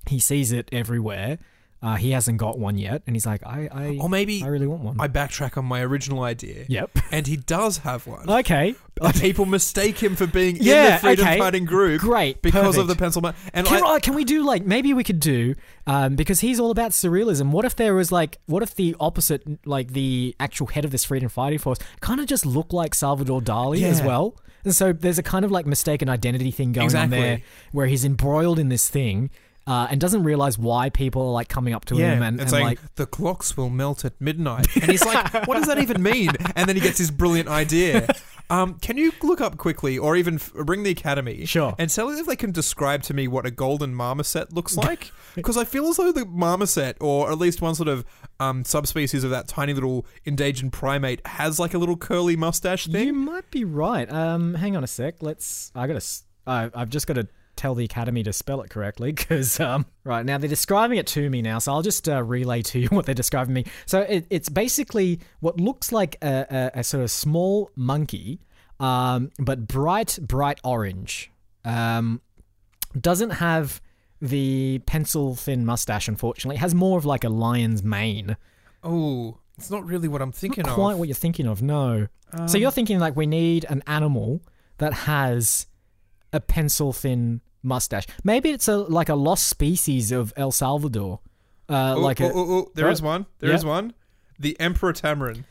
B: he sees it everywhere. Uh, he hasn't got one yet, and he's like, I, I,
A: Or maybe
B: I really want one.
A: Oh, I backtrack on my original idea.
B: yep. <laughs>
A: And he does have one.
B: Okay.
A: And people mistake him for being in
B: Yeah,
A: the freedom
B: okay.
A: fighting group
B: Great.
A: because of
B: perfect.
A: the pencil. mu- and
B: Can,
A: I,
B: uh, can we do like maybe we could do um, because he's all about surrealism. What if there was like what if the opposite like the actual head of this freedom fighting force kind of just looked like Salvador Dali as
A: Yeah.
B: well? And so there's a kind of like mistaken identity thing going
A: Exactly.
B: on there where he's embroiled in this thing uh, and doesn't realize why people are like coming up to
A: yeah,
B: him
A: and,
B: and, and
A: saying
B: like
A: the clocks will melt at
B: <laughs>
A: midnight, and he's like, "What does that even mean?" And then he gets his brilliant idea. Um, can you look up quickly, or even f- ring the academy,
B: Sure.
A: and tell us if they can describe to me what a golden marmoset
B: <laughs>
A: looks like? Because I feel as though the marmoset, or at least one sort of um, subspecies of that tiny little endangered primate, has like a little curly mustache thing.
B: you might be right. Um, hang on a sec. Let's. I gotta. s- I, have just got to tell the academy to spell it correctly <laughs> because um, right now they're describing it to me now. So I'll just uh, relay to you <laughs> what they're describing me. So it, it's basically what looks like a, a, a sort of small monkey, um, but bright, bright orange. Um, doesn't have the pencil thin mustache. Unfortunately, it has more of like a lion's mane.
A: Oh, it's not really what I'm thinking
B: Not
A: of. Um,
B: quite what you're thinking of. No. so you're thinking like we need an animal that has a pencil thin mustache. Maybe it's a like a lost species of El Salvador. Uh,
A: Oh,
B: like
A: oh,
B: a, oh,
A: oh, oh, there
B: What?
A: is one. There is
B: Yeah.
A: one. The emperor tamarin.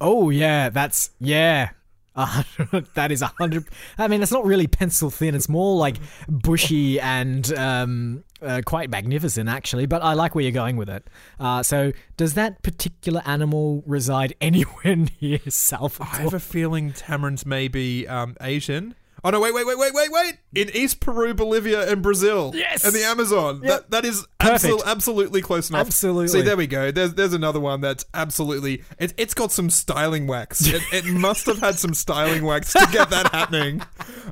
B: oh, yeah, that's yeah. <laughs> A hundred- that is a hundred. I mean, it's not really pencil thin. It's more like bushy and um, uh, quite magnificent, actually. But I like where you're going with it. Uh, so, does that particular animal reside <laughs> anywhere near
A: I have
B: Salvador?
A: a feeling Tamarins may be um, Asian. Oh no! Wait, wait, wait, wait, wait, wait! In East Peru, Bolivia, and Brazil,
B: Yes!
A: and the Amazon.
B: Yep.
A: That that is
B: Perfect.
A: absol- absolutely close enough.
B: Absolutely.
A: See, there we go. There's there's another one that's absolutely. It, it's got some styling
B: <laughs>
A: wax. It, it must have had some styling wax to get that happening.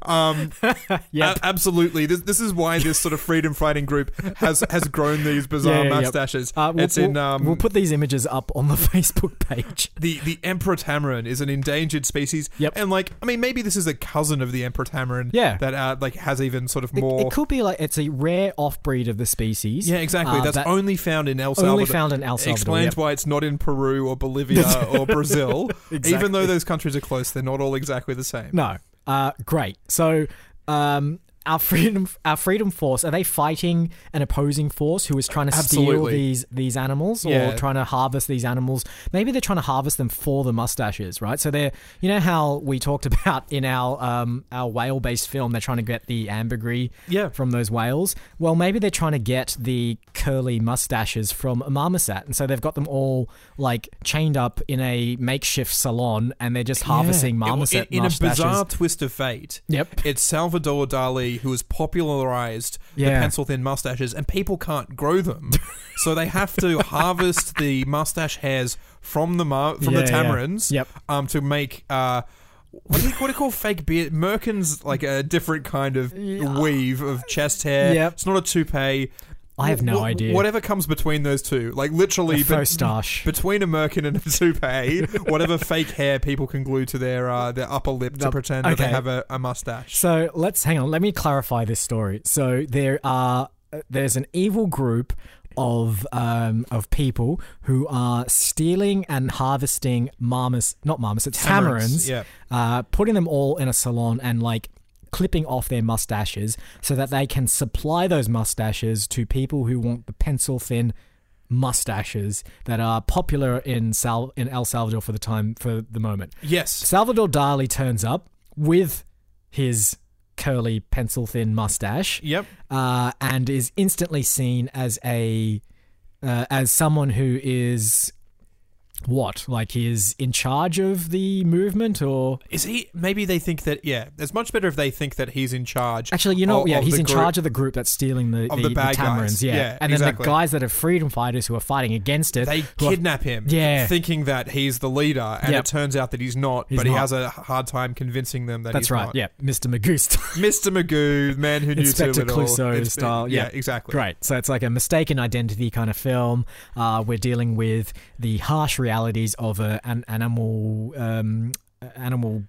A: Um,
B: <laughs> Yep.
A: a- absolutely. This this is why this sort of freedom fighting group has has grown
B: <laughs>
A: these bizarre
B: Yeah, yeah, yep.
A: mustaches.
B: Uh, we'll,
A: it's in.
B: we'll-
A: Um,
B: we'll put these images up on the <laughs> Facebook page.
A: the the emperor tamarin is an endangered species.
B: Yep.
A: And like, I mean, maybe this is a cousin of the emperor tamarin.
B: Yeah.
A: That uh, like has even sort of
B: It,
A: more.
B: it could be like it's a rare offbreed of the species.
A: yeah, exactly.
B: uh,
A: That's
B: that
A: only found in El Salvador.
B: only found in El Salvador.
A: Explains
B: yep.
A: why it's not in Peru or
B: <laughs>
A: Bolivia or Brazil. Even
B: Exactly.
A: though those countries are close, they're not all exactly the same.
B: No, uh, great. So, um, our freedom our freedom force are they fighting an opposing force who is trying to steal
A: Absolutely.
B: these these animals or
A: Yeah.
B: trying to harvest these animals maybe they're trying to harvest them for the mustaches right so they're you know how we talked <laughs> about in our um our whale based film they're trying to get the ambergris
A: Yeah.
B: from those whales well maybe they're trying to get the curly mustaches from a marmoset and so they've got them all like chained up in a makeshift salon and they're just harvesting marmoset
A: in, in a
B: mustaches
A: bizarre twist of fate.
B: Yep.
A: It's Salvador Dali who has popularized the
B: Yeah.
A: pencil thin mustaches, and people can't grow
B: <laughs>
A: them, so they have to harvest the mustache hairs from the mar- from
B: Yeah,
A: the
B: yeah.
A: tamarins.
B: Yep.
A: Um, to make uh. What do, you, what do you call fake beard? Merkin's like a different kind of weave of chest hair.
B: Yep.
A: It's not a toupee.
B: I have no
A: Wh-
B: idea.
A: Whatever comes between those two, like literally,
B: A
A: but-
B: faux-stache.
A: between a merkin and a
B: <laughs>
A: toupee, whatever fake hair people can glue to their uh, their upper lip to
B: The-
A: pretend that
B: okay.
A: they have a, a mustache.
B: So let's hang on. Let me clarify this story. So there are there's an evil group of um, of people who are stealing and harvesting marmos, not marmosets,
A: Tamarins,
B: tamarins,
A: yeah.
B: uh, putting them all in a salon and like clipping off their mustaches so that they can supply those mustaches to people who want the pencil thin mustaches that are popular in Sal- in El Salvador for the time for the moment.
A: Yes.
B: Salvador Dali turns up with his curly pencil thin mustache
A: Yep.
B: uh, and is instantly seen as a uh, as someone who is what like he is in charge of the movement or
A: Is he? Maybe they think that. Yeah. It's much better if they think that he's in charge.
B: actually you know
A: of-
B: yeah
A: of
B: he's
A: the
B: in
A: group.
B: charge of the group that's stealing the
A: Of
B: the,
A: the
B: the
A: bad
B: tamarins
A: guys.
B: yeah.
A: Yeah,
B: and then
A: exactly.
B: the guys that are freedom fighters who are fighting against it
A: They
B: who are
A: kidnap him,
B: Yeah.
A: thinking that he's the leader, and
B: Yep.
A: it turns out that he's not.
B: He's
A: but he
B: not.
A: has a hard time convincing them that
B: that's
A: he's
B: right
A: not.
B: yeah mr magoo style.
A: Mr. Magoo, the man who knew
B: Inspector
A: too little.
B: Clouseau
A: It's-
B: style,
A: Yeah,
B: yeah.
A: exactly.
B: <laughs> Great. So it's like a mistaken identity kind of film. Uh, we're dealing with the harsh realities of a, an animal, um, animal.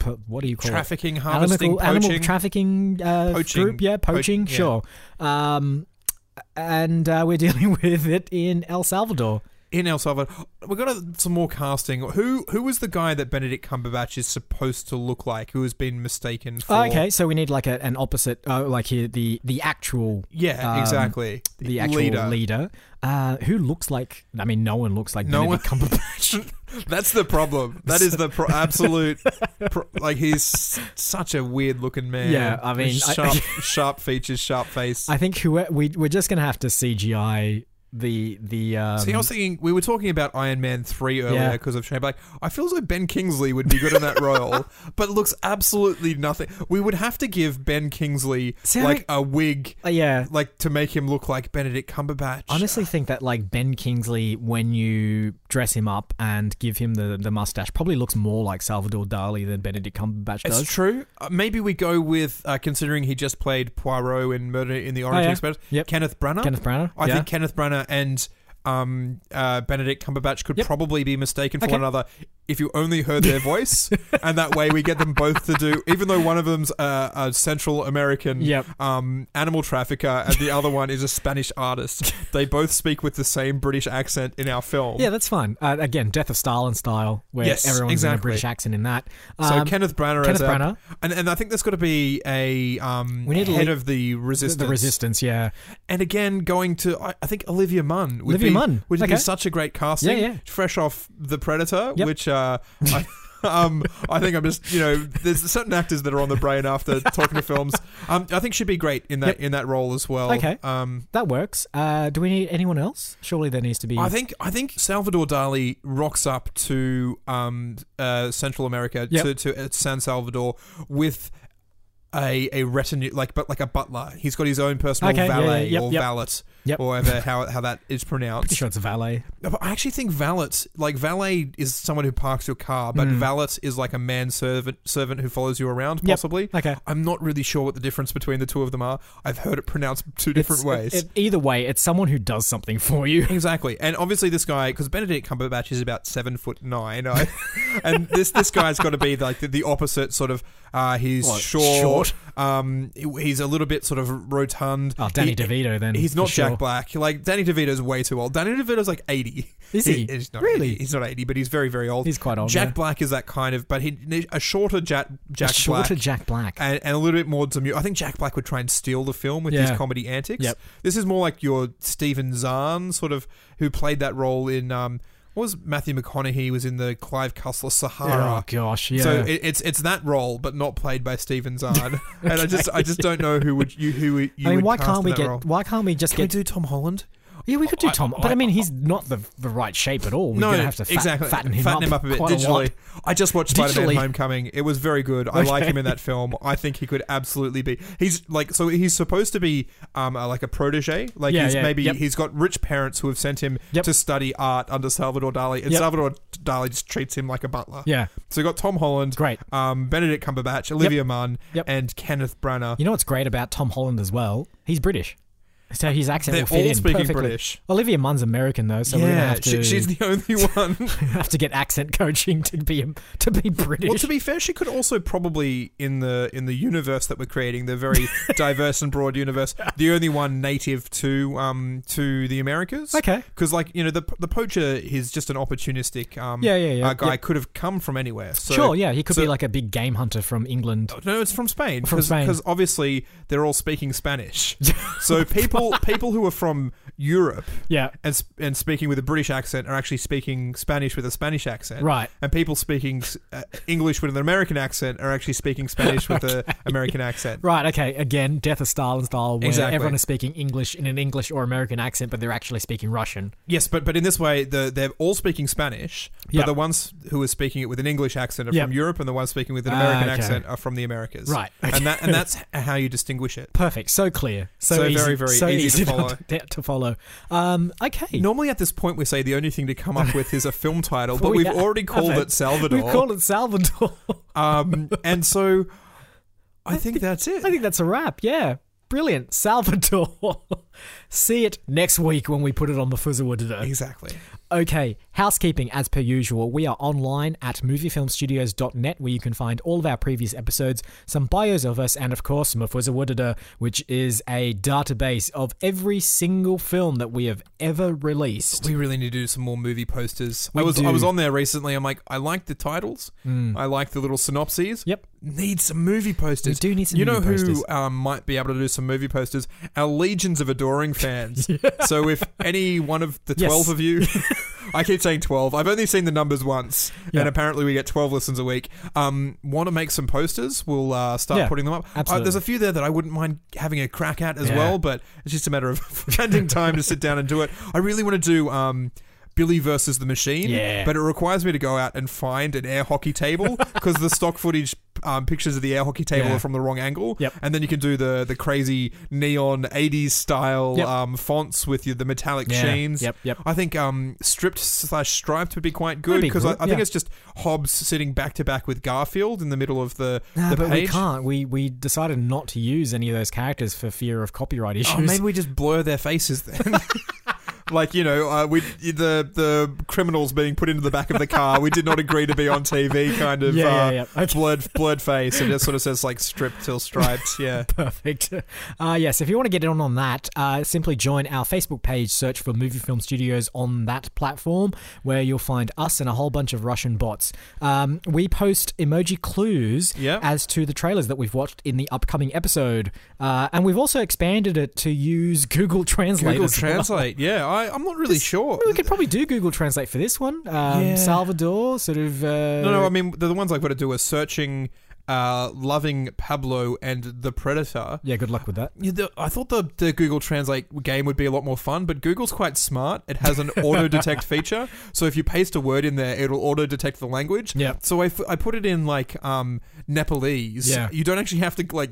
B: p- What do you call it?
A: Trafficking, harvesting,
B: Animal- animal,
A: poaching.
B: trafficking uh,
A: Poaching.
B: group. Yeah, poaching.
A: Po- yeah.
B: Sure. Um, and uh, we're <laughs> dealing with it in El Salvador.
A: in El Salvador. We got a, some more casting. Who who was the guy that Benedict Cumberbatch is supposed to look like? Who has been mistaken for?
B: Okay, so we need like a, an opposite, uh, like here the the actual
A: Yeah,
B: um,
A: exactly.
B: the actual leader, uh, who looks like. I mean, no one looks like
A: No <laughs>
B: Benedict Cumberbatch.
A: That's the problem. That is the
B: <laughs>
A: pro- absolute. Pro- like he's s- such a weird looking man.
B: Yeah, I mean, I- <laughs>
A: sharp, sharp features, sharp face.
B: I think who we we're just gonna have to CGI the the. Um,
A: See, I was thinking we were talking about Iron Man three earlier
B: Yeah.
A: because of Shane Black. I feel as though Ben Kingsley would be good in that role,
B: <laughs>
A: but looks absolutely nothing. We would have to give Ben Kingsley
B: See, I
A: like a wig
B: uh, yeah,
A: like to make him look like Benedict Cumberbatch.
B: honestly, think that like Ben Kingsley, when you dress him up and give him the the mustache, probably looks more like Salvador Dali than Benedict Cumberbatch
A: it's
B: does.
A: true. Uh, maybe we go with uh, considering he just played Poirot in Murder in the Orient
B: Oh, yeah.
A: Express.
B: Yep.
A: Kenneth Branagh.
B: Kenneth Branagh.
A: I
B: yeah.
A: think Kenneth Branagh and um, uh, Benedict Cumberbatch could
B: Yep.
A: probably be mistaken for
B: Okay.
A: one another if you only heard
B: <laughs>
A: their voice, and that way we get them both to do. Even though one of them's uh, a Central American
B: Yep.
A: um, animal trafficker and the other one is a Spanish artist, they both speak with the same British accent in our film.
B: Yeah, that's fine. Uh, again, Death of Stalin style, where
A: Yes,
B: everyone's in a
A: exactly.
B: British accent in that.
A: So
B: Um,
A: Kenneth Branagh,
B: Kenneth
A: as our-
B: Branagh.
A: and and I think there's got to be a um,
B: We need a
A: head
B: lead-
A: of the
B: the-
A: resistance.
B: the resistance, yeah,
A: and again going to I, I think Olivia Munn. Would
B: Olivia
A: be,
B: Munn,
A: would
B: okay.
A: be such a great casting.
B: Yeah, yeah.
A: Fresh off the Predator,
B: Yep.
A: which uh, I, <laughs> um, I think I'm just you know there's certain actors that are on the brain after talking to films.
B: <laughs>
A: Um, I think she'd be great in that in that role as well.
B: Okay.
A: Um,
B: that works. Uh, do we need anyone else? Surely there needs to be.
A: I think I think Salvador Dali rocks up to um, uh, Central America
B: Yep.
A: to, to uh, San Salvador with a a retinue like but like a butler. He's got his own personal
B: Okay, yeah, yeah,
A: valet
B: yep,
A: or
B: yep.
A: valet
B: Yep.
A: or whatever how how that is pronounced.
B: Pretty sure it's a valet.
A: No, but I actually think valet, like valet, is someone who parks your car, but valet is like a manservant servant who follows you around,
B: Mm. Yep.
A: possibly.
B: Okay.
A: I'm not really sure what the difference between the two of them are. I've heard it pronounced two different
B: It's-
A: ways.
B: it- it- either way, it's someone who does something
A: <laughs>
B: for you.
A: Exactly, and obviously this guy because Benedict Cumberbatch is about seven foot <laughs> nine, I, and this this guy's got to be like the, the opposite sort of. Uh, he's
B: What,
A: short,
B: short? short.
A: Um, he- he's a little bit sort of rotund.
B: Oh, Danny
A: He-
B: DeVito. Then
A: He's
B: for
A: not
B: sure.
A: Jack Black. Like Danny DeVito's way too old. Danny DeVito's like eighty.
B: Is he?
A: <laughs> he's not
B: Really?
A: 80. He's not eighty, but he's very very old.
B: He's quite old,
A: Jack
B: yeah.
A: Black is that kind of, but he a shorter Jack Jack
B: A shorter
A: Black.
B: Jack Black.
A: and, and a little bit more demure. I think Jack Black would try and steal the film with
B: Yeah.
A: his comedy antics.
B: Yep.
A: This is more like your Stephen Zahn, sort of, who played that role in. Um, what was Matthew McConaughey was in the Clive Cussler
B: Oh
A: Sahara.
B: gosh, yeah.
A: uh, So it, it's it's that role, but not played by
B: <laughs>
A: Stephen Zahn. And I just I just don't know who would you who you
B: I mean,
A: would
B: why
A: cast
B: can't
A: in
B: we
A: that
B: get?
A: role.
B: Why can't we just
A: Can we
B: get?
A: do Tom Holland?
B: yeah, we could do
A: I-
B: Tom, but I
A: I-
B: mean, he's not the, the right shape at all. We're
A: no,
B: gonna have to fat,
A: exactly.
B: fatten him up,
A: a bit
B: quite
A: digitally.
B: lot.
A: I just watched Spider-Man:
B: Digitally.
A: Homecoming. It was very good. I like him in that film. I think he could absolutely be. He's like so. He's supposed to be um uh, like a protege. Like
B: Yeah,
A: he's
B: yeah,
A: maybe
B: yep.
A: he's got rich parents who have sent him
B: Yep.
A: to study art under Salvador Dali, and
B: Yep.
A: Salvador Dali just treats him like a butler.
B: Yeah,
A: So you got Tom Holland,
B: Great.
A: um, Benedict Cumberbatch, Olivia Munn,
B: Yep.
A: and Kenneth Branagh.
B: you know what's great about Tom Holland as well? He's British, so his accent
A: They're
B: will fit
A: all
B: in
A: speaking
B: perfectly.
A: British.
B: Olivia Munn's American though, so we're gonna
A: yeah,
B: have
A: she-
B: to
A: she's the only one.
B: <laughs> have to get accent coaching to be to be
A: <laughs>
B: British.
A: Well, to be fair, she could also probably in the in the universe that we're creating, the
B: <laughs>
A: very diverse and broad universe, the only one native to um to the Americas.
B: okay,
A: Because like you know the the poacher is just an opportunistic um
B: Yeah, yeah, yeah.
A: uh, guy
B: Yeah.
A: could have come from anywhere. So,
B: sure, yeah, he could
A: so- Oh,
B: be like a big game hunter from England.
A: No, it's from Spain.
B: From Spain.
A: because obviously they're all speaking
B: <laughs>
A: Spanish. so people people who are from Europe
B: Yeah,
A: and sp- and speaking with a British accent are actually speaking Spanish with a Spanish accent.
B: right.
A: and people speaking uh, English with an American accent are actually speaking Spanish with
B: <laughs>
A: an American accent.
B: Right, okay. Again, Death of Stalin style, where
A: Exactly.
B: everyone is speaking English in an English or American accent, but they're actually speaking Russian.
A: Yes, but but in this way, the, they're all speaking Spanish,
B: Yep.
A: but the ones who are speaking it with an English accent are
B: Yep.
A: from Europe, and the ones speaking with an
B: Ah,
A: American
B: okay.
A: accent are from the Americas.
B: Right, okay.
A: and that
B: <laughs>
A: and that's how you distinguish it.
B: Perfect. So clear. So,
A: So
B: easy,
A: very, very
B: so
A: easy to follow.
B: <laughs> To, to follow. Um, okay.
A: Normally, at this point, we say the only thing to come up with is a film
B: <laughs>
A: title, but
B: We
A: we've
B: have-
A: already called
B: okay.
A: it Salvador.
B: We've called it Salvador. <laughs>
A: um, and so I think that's it.
B: I think that's a wrap. Yeah. Brilliant. Salvador. <laughs> See it next week when we put it on the Fuzzlewood today.
A: Exactly.
B: Okay, housekeeping as per usual. We are online at moviefilmstudios.net where you can find all of our previous episodes, some bios of us, and of course, Mufweza Woodada, which is a database of every single film that we have ever released.
A: We really need to do some more movie posters.
B: We
A: I was
B: do. Hmm.
A: I was on there recently. I'm like, I like the titles. I like the little synopses.
B: Yep.
A: Need some movie
B: We
A: posters.
B: do need some
A: you know
B: movie posters.
A: who um, might be able to do some movie posters? Our legions of adoring
B: <laughs>
A: fans. So if any one of the
B: Yes.
A: twelve of you,
B: <laughs>
A: I keep saying twelve. I've only seen the numbers once,
B: Yeah.
A: and apparently we get twelve listens a week. Um, want to make some posters? We'll uh, start
B: Yeah,
A: putting them up. Uh,
B: absolutely.
A: there's a few there that I wouldn't mind having a crack at as
B: Yeah.
A: well, but it's just a matter of <laughs> finding time to sit down and do it. I really want to do um, Billy versus the Machine,
B: Yeah.
A: but it requires me to go out and find an air hockey
B: <laughs>
A: table because the stock footage um, pictures of the air hockey table
B: Yeah.
A: are from the wrong angle.
B: Yep.
A: And then you can do the the crazy neon 80s style
B: Yep.
A: um, fonts with your, the metallic
B: Yeah.
A: sheens.
B: Yep, yep.
A: I think um, stripped slash striped would be quite good
B: That'd be
A: because I,
B: cool,
A: I think
B: yeah.
A: it's just Hobbs sitting back to back with Garfield in the middle of the,
B: Nah,
A: the
B: but
A: page.
B: we can't. We we decided not to use any of those characters for fear of copyright issues.
A: Oh, maybe we just blur their faces then. <laughs> like you know, uh, we the the criminals being put into the back of the car. We did not agree to be on TV. Kind of
B: <laughs> Yeah,
A: uh,
B: yeah, yeah. Okay.
A: blurred blurred face. It just sort of says like stripped till striped. Yeah.
B: Perfect. <laughs> Uh, yes, if you want to get in on that, uh, simply join our Facebook page, search for Movie Film Studios on that platform, where you'll find us and a whole bunch of Russian bots. Um, we post emoji clues
A: <laughs> Yep.
B: as to the trailers that we've watched in the upcoming episode. Uh, and we've also expanded it to use <laughs> Google Translate.
A: Google
B: as well.
A: Translate. Yeah, I, I'm not really sure.
B: We could probably do Google Translate for this one. Um,
A: Yeah.
B: Salvador, sort of. Uh,
A: No, no. I mean, the, the ones I've got to do are searching, uh, loving Pablo and the Predator.
B: yeah, good luck with that.
A: Yeah, the, I thought the, the Google Translate game would be a lot more fun, but Google's quite smart. It has an auto detect feature, so if you paste a word in there, it'll auto detect the language.
B: Yep.
A: So I, f- I put it in like um, Nepalese.
B: Yeah.
A: You don't actually have to like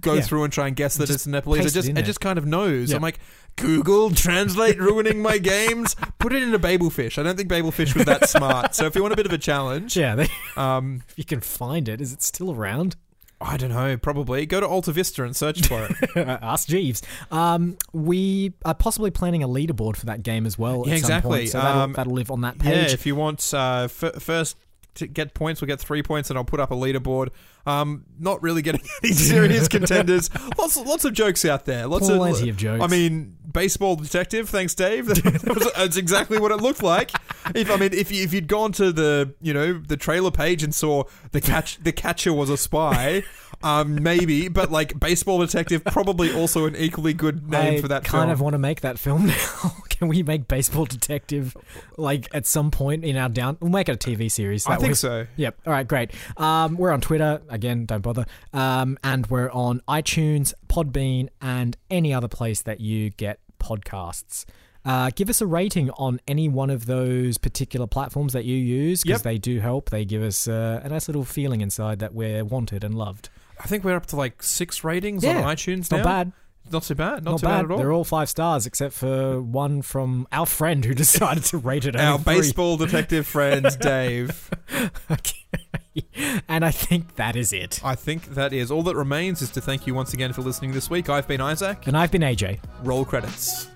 A: go
B: Yeah.
A: through and try and guess that
B: Just
A: it's Nepalese. It
B: paste it
A: just
B: in
A: it,
B: there.
A: just kind of knows.
B: Yeah.
A: I'm like Google Translate ruining my games. <laughs> Put it in a Babelfish. I don't think Babelfish was that smart. So if you want a bit of a challenge,
B: <laughs> Yeah, <laughs> they,
A: um,
B: if you can find it, is it still around?
A: I don't know. Probably go to Alta Vista and search <laughs> for it.
B: <laughs> Ask Jeeves. Um, we are possibly planning a leaderboard for that game as well.
A: Yeah,
B: at some
A: exactly.
B: point, so that'll,
A: Um,
B: that'll live on that
A: Yeah,
B: page.
A: if you want uh, f- first to get points. We'll get three points, and I'll put up a leaderboard. Um, not really getting <laughs> any serious contenders. Lots, lots of jokes out there. Lots
B: Plenty of jokes.
A: I mean, baseball detective. Thanks, Dave. <laughs> That was- That's exactly what it looked like. If I mean, if you, if you'd gone to the you know the trailer page and saw the catch, the catcher was a spy. Um, maybe, but like baseball detective, probably also an equally good name
B: I
A: for that.
B: kind
A: film.
B: of want to make that film <laughs> now. Can we make Baseball Detective like at some point in our down? We'll make it a TV series.
A: I
B: that
A: think
B: way.
A: so.
B: Yep. All right. Great. Um, we're on Twitter again. Don't bother. Um, and we're on iTunes, Podbean, and any other place that you get podcasts. Uh, give us a rating on any one of those particular platforms that you use because
A: Yep.
B: they do help. They give us uh, a nice little feeling inside that we're wanted and loved.
A: I think we're up to like six ratings
B: Yeah,
A: on iTunes now.
B: Not bad.
A: Not too bad. Not,
B: Not,
A: too
B: bad.
A: bad. at all.
B: They're all five stars except for one from our friend who <laughs> decided to rate it.
A: Our
B: only three.
A: baseball <laughs> detective friend Dave.
B: <laughs> Okay. and I think that
A: <laughs>
B: is it.
A: I think that is all that remains is to thank you once again for listening this week. I've been Isaac.
B: And I've been AJ.
A: Roll credits.